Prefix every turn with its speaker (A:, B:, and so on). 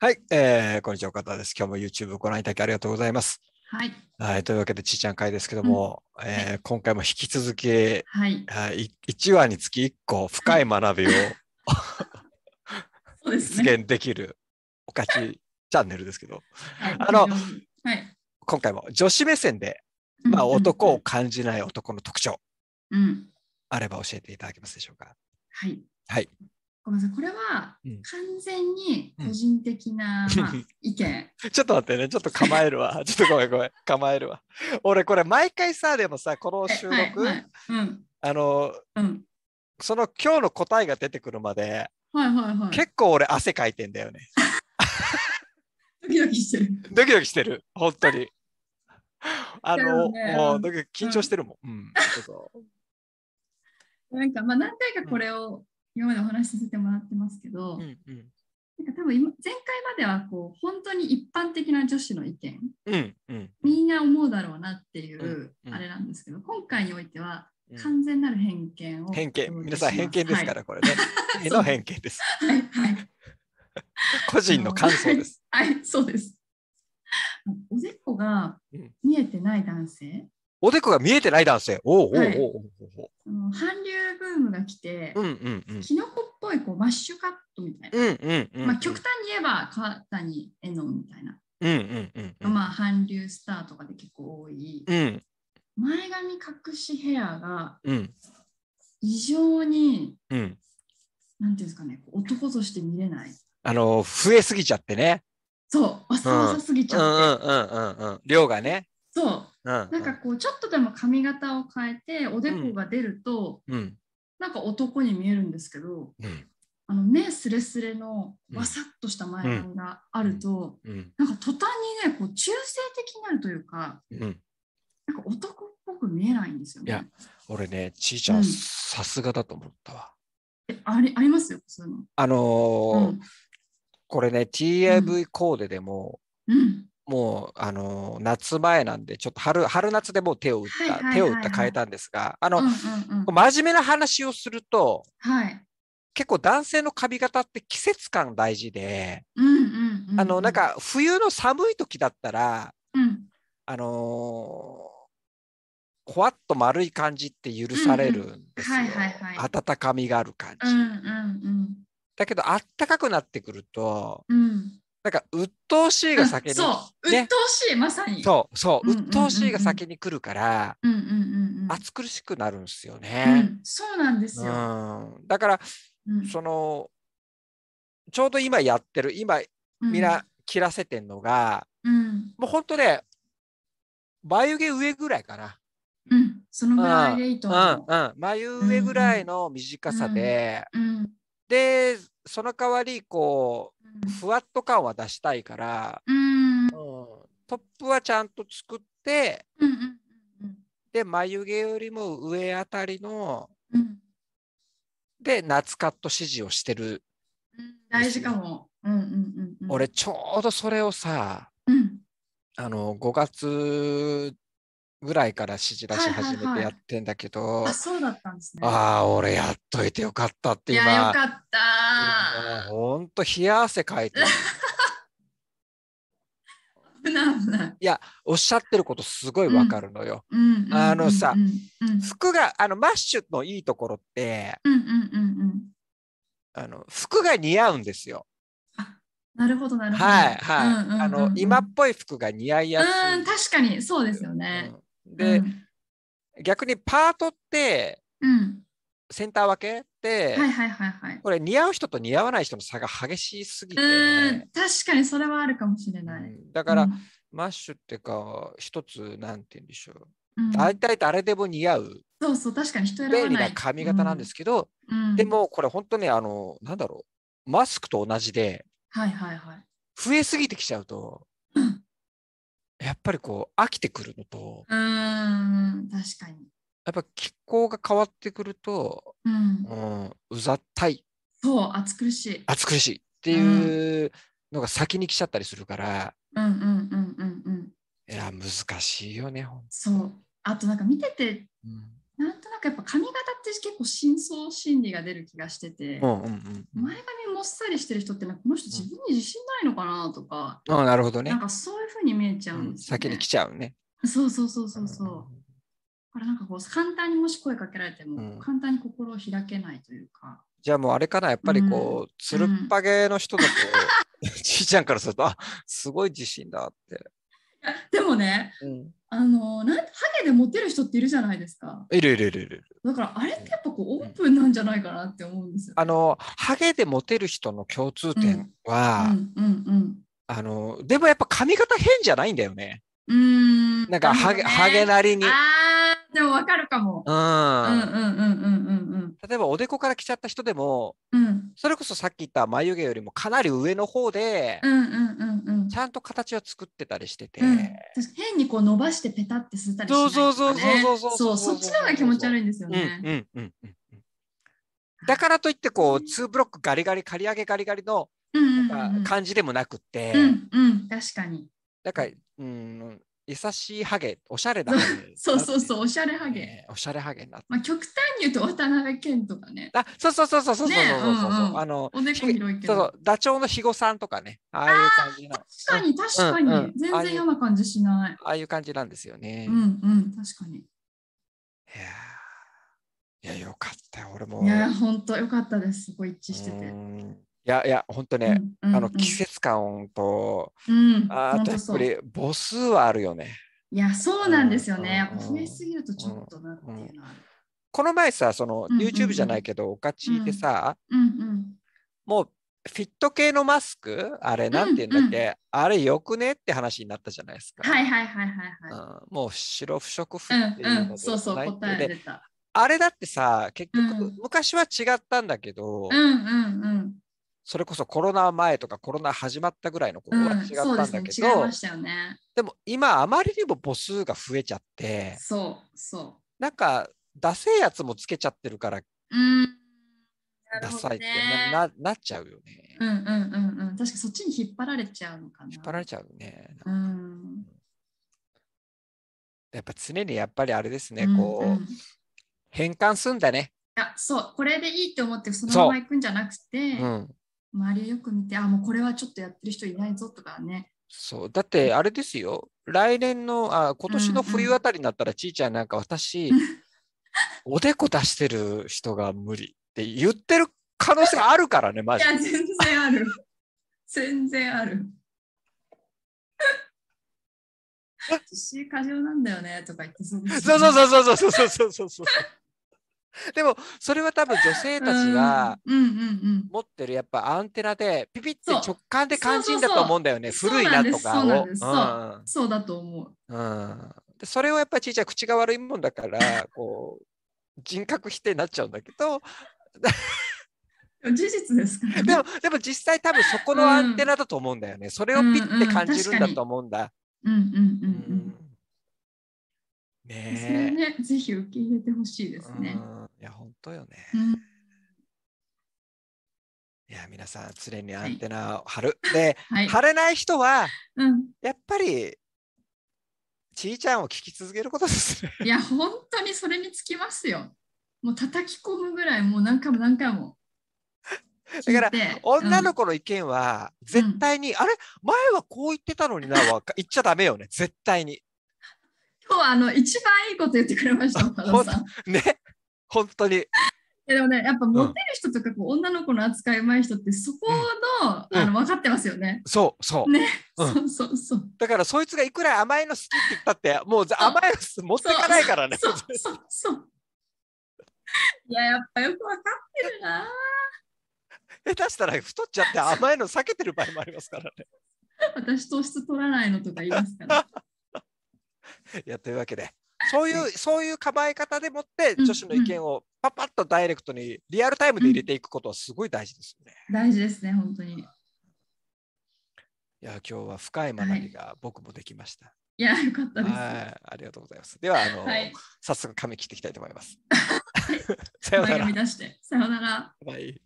A: はい、えー、こんにちは、岡田です。今日も YouTube ご覧いただきありがとうございます。
B: はい。
A: はい、というわけで、ちーちゃん会ですけども、えー今回も引き続き、
B: はい。
A: はい、1話につき1個深い学びを
B: そうです
A: 実
B: ね。
A: 現できるおかちチャンネルですけど、
B: はい
A: あの、
B: はい。
A: 今回も女子目線で、まあ、
B: うんうん
A: 男を。感じない男の特徴、
B: うん。
A: あれば教えていただけますでしょうか。
B: はい。
A: はい。
B: ごめんなさい。これは
A: うん
B: 完全に
A: うん
B: 個人的な、まあ、意 見。
A: ちょっと待ってね、ちょっと構える わ。ちょっとごめんごめん、構えるわ。俺、これ、毎回さ、でもさ、この収録、
B: はい。はい。うん。
A: あの、
B: うん。
A: その今日の答えが出てくるまで、
B: はいはいはい。
A: 結構俺汗かいてんだよね。
B: ドキドキしてる。
A: ドキドキしてる、本当 に。あ
B: だ
A: の、
B: よね
A: もうドキドキ緊張してるもん。うん、そう
B: なんか、まあ、何回かこれを今までお話しさせてもらってますけど、
A: そううんうん
B: なんか多分今前回まではこう本当に一般的な女子の意見、
A: うんうん
B: みんな思うだろうなっていう
A: うんうん
B: あれなんですけど、今回においては
A: うん
B: 完全なる偏見を。
A: 偏見、皆さん偏見ですか
B: は
A: ら、これね。絵の偏見です。
B: い。はいはい
A: 個人の感想 です。
B: はい、そうです。おでこが
A: うん
B: 見えてない男性、
A: おでこが見えてない男性。おうおうおう
B: はい
A: おうおう
B: その韓流ブームが来て、
A: おう。うんうんうん。
B: キノコっぽいこうマッシュカットみたいな、
A: うんうんうん。
B: まあ、極端に言えば川谷絵音みたいな、
A: うんうんうんうん。
B: まあ、韓流スターとかで結構多い、
A: うん
B: 前髪隠しヘアが
A: うん
B: 異常に
A: うん。
B: なんていうんですかねこう男として見れない
A: あの、増えすぎちゃってね。
B: そうわさわさすぎち
A: う
B: ゃ
A: ん
B: っ
A: う
B: て、
A: んうんうんうん。量がね。
B: そう
A: うんう
B: なんかこうちょっとでも髪型を変えておでこが出ると、
A: うん
B: なんか男に見えるんですけど
A: うん
B: あの目すれすれの
A: うん
B: わさっとした前髪があると、
A: うん
B: なんか途端にねこう中性的になるというか
A: うん。
B: なんか男っぽく見えないんですよ
A: い
B: ね。
A: や俺ね、ちいちゃ、
B: うんん
A: さすがだと思ったわ。
B: えありありますよそういうの。
A: あのー
B: うん
A: これね、TAV コーデでも、
B: うん
A: もう、あのー夏前なんで、ちょっと春春夏でもう手を打った、
B: はいはいはい
A: 手
B: は
A: を
B: い
A: 打った変えたんですが、あの、
B: うんうんうん、
A: 真面目な話をすると、
B: はい。
A: 結構男性の髪型って季節感大事で、
B: うんうんうん、
A: あの、なん、か冬の寒い時だったら、
B: うん、
A: あのー、ほわっと丸い感じって許されるんですよ。
B: はいはいはい
A: 温かみがある感
B: う
A: じ。
B: んうん
A: だけど、あったかくなってくると、
B: うんうん。
A: なんか鬱陶しいが先に、
B: そう、
A: ね
B: 鬱陶しい、まさに。う。
A: そうそう、
B: うんうんうんうん
A: 鬱陶しいが先に来るから、
B: うんうんうんうん。
A: 暑苦しくなるんですよ
B: う
A: ね。
B: ん、そうなんです
A: う
B: よ。
A: ん、だから、
B: うん
A: その、ちょうど今やってる、今、みんな、切らせてんのが、
B: うん、
A: もうほんとね、眉毛上ぐらいかな。
B: うん、そのぐらいでいいと
A: う
B: 思う。
A: んうん、眉上ぐらいの短さで、
B: うんうん
A: で、その代わり、こう、ふわっと感は出したいから、
B: うん
A: うん、トップはちゃんと作って、
B: うんうんうん
A: で眉毛よりも上あたりの
B: うん
A: で夏カット指示をしてる、
B: うん大事かも。うんうんうんうん、
A: 俺、ちょうどそれをさ
B: うん、
A: あの5月ぐらいから指示出し始
B: はい
A: め
B: は
A: て
B: い
A: や
B: はい
A: ってんだけど、
B: あそうだったんですね。
A: ああ俺やっといてよかったって
B: い
A: 今
B: やよかっ
A: う
B: た。
A: んほんと冷や汗かい てる
B: 危ない危ない。
A: おっしゃってることすごいわかるのよ。
B: うんうんうんうん
A: あのさ
B: うんうん
A: 服があのマッシュのいいところって
B: うんうんうんうん。
A: あの服が似合うんですよ。
B: なるほどなるほど。
A: はいはい、
B: うんうんうんうん
A: あの今っぽい服が似合いやすい。
B: うん確かにそうですよね。
A: うんで、
B: うん
A: 逆にパートって
B: うん、
A: センター分けって、
B: はいはいはいはい。
A: これ似合う人と似合わない人の差が激しすぎて、
B: うん確かにそれはあるかもしれな
A: う
B: い。
A: んだから、
B: うん
A: マッシュってか一つなんて言うんでしょう
B: うん
A: 大体誰でも似合う
B: そうそう確かに人選ばない。
A: 便利な髪型なんですけど、
B: うん
A: で、もこれ本当にあのなんだろうマスクと同じで
B: はいはいはい。
A: 増えすぎてきちゃうと
B: うん
A: やっぱりこう飽きてくるのと
B: うーん、確かに。
A: やっぱ気候が変わってくると、
B: うん
A: う、ん、うざったい
B: そう、暑苦しい。
A: 暑苦しいっていうのが先に来ちゃったりするから、
B: うんうんうんうんうん。
A: いや難しいよね、ほん
B: そう。あとなんか見てて、
A: うん
B: なんとなくかやっぱ髪型って結構深層心理が出る気がしてて、
A: うんうんうんうん。
B: 前髪もっさりしてる人ってなんかこの人自分に自信ないのかなとか、
A: ああなるほどね
B: なん。かそういうふうに見えちゃ
A: う
B: うん
A: ん
B: ですよ、ね
A: 先に来ちゃうね。
B: そうそうそうそうそう。これなんかこう簡単にもし声かけられても、
A: うん
B: 簡単に心を開けないというか。
A: じゃあもうあれかな、やっぱりこう、つるっぱげの人だと、じいちゃんからすると、あすごい自信だって。
B: いやでもね、あのなんハゲでモテる人っているじゃないですか。
A: いるいるいるいる。
B: だからあれってやっぱこうオープンなんじゃないかなって思うんですよ。
A: あの、ハゲでモテる人の共通点
B: う
A: は、
B: んうん
A: あの、でもやっぱ髪型変じゃないんだよね。
B: うん。うーん。
A: なんかハゲ、ハゲ
B: なる
A: なり
B: ほ
A: に。
B: どね。あーでもわかるかも。うんうん
A: うん。
B: うんうんうん
A: 例えばおでこから来ちゃった人でも、
B: うんうん。
A: それこそさっき言った眉毛よりもかなり上の方で
B: う、んうんうんうん。
A: ちゃんと形を作ってたりしてて、
B: うん、確かに変にこう伸ばしてペタって吸ったりしな
A: そう
B: いとか、ね、
A: そうそうそう
B: そ
A: そうう
B: そっちの方が気持ち悪いんですよ
A: うん
B: ね。
A: うんうんうんうんだからといってこう2ブロックガリガリ刈り上げガリガリの
B: うんうんう
A: なん
B: ん
A: か感じでもなくって、
B: うんうん確かに
A: なんか、うん、優しいハゲおしゃれなハゲ
B: そうそうそう
A: う
B: おしゃれハゲ、
A: おしゃれハゲになって
B: まあ、極端に言うと渡辺謙とかね
A: あそうそうそうそうそうそうそう
B: ねえ
A: そうそう
B: うんうん
A: あの
B: おでこ広いけ
A: そうそ
B: ど
A: うダチョウの肥後さんとかねああいう感じの
B: 確かに確かに、
A: うんうん
B: 全然嫌な感じしない
A: ああいう感じなんですよね、
B: う
A: い
B: んうん確かに
A: やーいやよかったよ俺も
B: いや本当良かったですすごい一致して
A: う
B: て、
A: んいやいや本当
B: う
A: ね、
B: んうん
A: あの季節感と、
B: うん
A: あ
B: 本
A: と
B: 当
A: やっ
B: そ
A: ぱ
B: うい
A: り母数はあるよね。
B: やそうなんですよね、
A: うん
B: やっぱ増えすぎるとちょっとなっていうのはある
A: この前さ、その
B: んうんうん
A: YouTube じゃないけど、おかちでさ、
B: うんうん
A: もうフィット系のマスク、あれなんて言うんだっけ、あれよくねって話になったじゃないですか。
B: はいはいはいはいはい
A: うんもう白不織布っていう
B: うんう
A: の
B: ん、そうそう、
A: ない
B: 答え
A: で
B: 出た。
A: あれだってさ結局、
B: うん
A: 昔は違ったんだけど、
B: うんうん
A: それこそコロナ前とかコロナ始まったぐらいの
B: う
A: 頃
B: ん。
A: は
B: う
A: 違
B: ん、そ
A: っ
B: うで
A: たん
B: すね
A: だ。け
B: 違い
A: ど、
B: ましたよね。
A: でも今あまりにも母数が増えちゃって
B: そうそ
A: なんかダセえやつもつけちゃってるから
B: う。うん。なる
A: ダ
B: ほ
A: サ
B: ど
A: いって
B: ね。
A: なななっちゃうよね。
B: うんうんうんうん。確かそっちに引っ張られちゃうのかな。
A: 引っ張られちゃうね。
B: うん。
A: やっぱ常にやっぱりあれですね、こう、
B: うんうんい
A: 変換すんだね。
B: や、そう、これでいいって思ってその
A: そう
B: まま行くんじゃなくて、
A: うん。
B: 周りをよく見て、あ、もうこれはちょっとやってる人いないぞとかね。
A: そう。だってあれですよ、来年の、あ今年の冬あたりになったら、ちいちゃんなんか私、おでこ出してる人が無理って言ってる可能性あるからね、マ
B: い
A: ジで。
B: や、全然ある。 全然ある。実習過剰なんだよねとか言ってそうですよね
A: そうそうそうそうそうそうそうそうそう。でも、それは多分女性たちが、
B: うんうんうん
A: 持ってるやっぱアンテナでピピって
B: そう
A: 直感で感じんだ
B: そうそう
A: と
B: そう
A: 思うんだよね
B: そう
A: 古いなとか
B: な
A: を
B: んですそうそうだと思う
A: うんうんでそれをやっぱちいちゃん口が悪いもんだからこう人格否定になっちゃうんだけ ど
B: でも事実ですから、ね、
A: でもでも実際多分そこのアンテナだと思うんだよね、それをピッて感じるんだと思うんだ、
B: うんうんう
A: うん
B: ん
A: うん
B: うんそ
A: ね
B: れねぜひ受け入れてほしい
A: え
B: ですね
A: うんいや本当よね、
B: うん、
A: いや皆さん常にアンテナを張る、で
B: はい、
A: 張れない人は
B: うん、
A: やっぱりちいちゃんを聞き続けることです ね
B: いや本当にそれにつきますよもう叩き込むぐらいもう何回も何回も
A: だから
B: 聞いて
A: 女の子の意見は絶対に、あれ前はこう言ってたのになは言っちゃダメよね絶対に
B: うん今日はあの一番いいこと言ってくれました岡田さんい
A: ね本当に
B: やでもねやっぱモテる人とかこう女の子の扱い上手い人ってそこの,、
A: うん
B: あの分かってますよね、
A: そうそう、
B: ね、
A: うん
B: そうそうそう
A: だからそいつがいくら甘いの好きって言ったってもう甘いの持ってかないからね
B: そうそうそう。いや、やっぱよくわかってるな。
A: 下手したら太っちゃって甘いの避けてる場合もありますからね
B: 私、糖質取らないのとか言いま すから。
A: いやというわけでそういう、そういう構え方でもって
B: うん
A: 女子の意見をパパッとダイレクトにリアルタイムで入れていくことはすごい大事ですよね、
B: 大事ですね、本当に。い
A: いや今日は深い学びが僕もできました、
B: や、よかったです。
A: はい、ありがとうございます。では、あの、
B: はい。
A: 早速髪切っていきたいと思います。さような
B: 前
A: ら
B: 髪。出して。さようなら。
A: バイ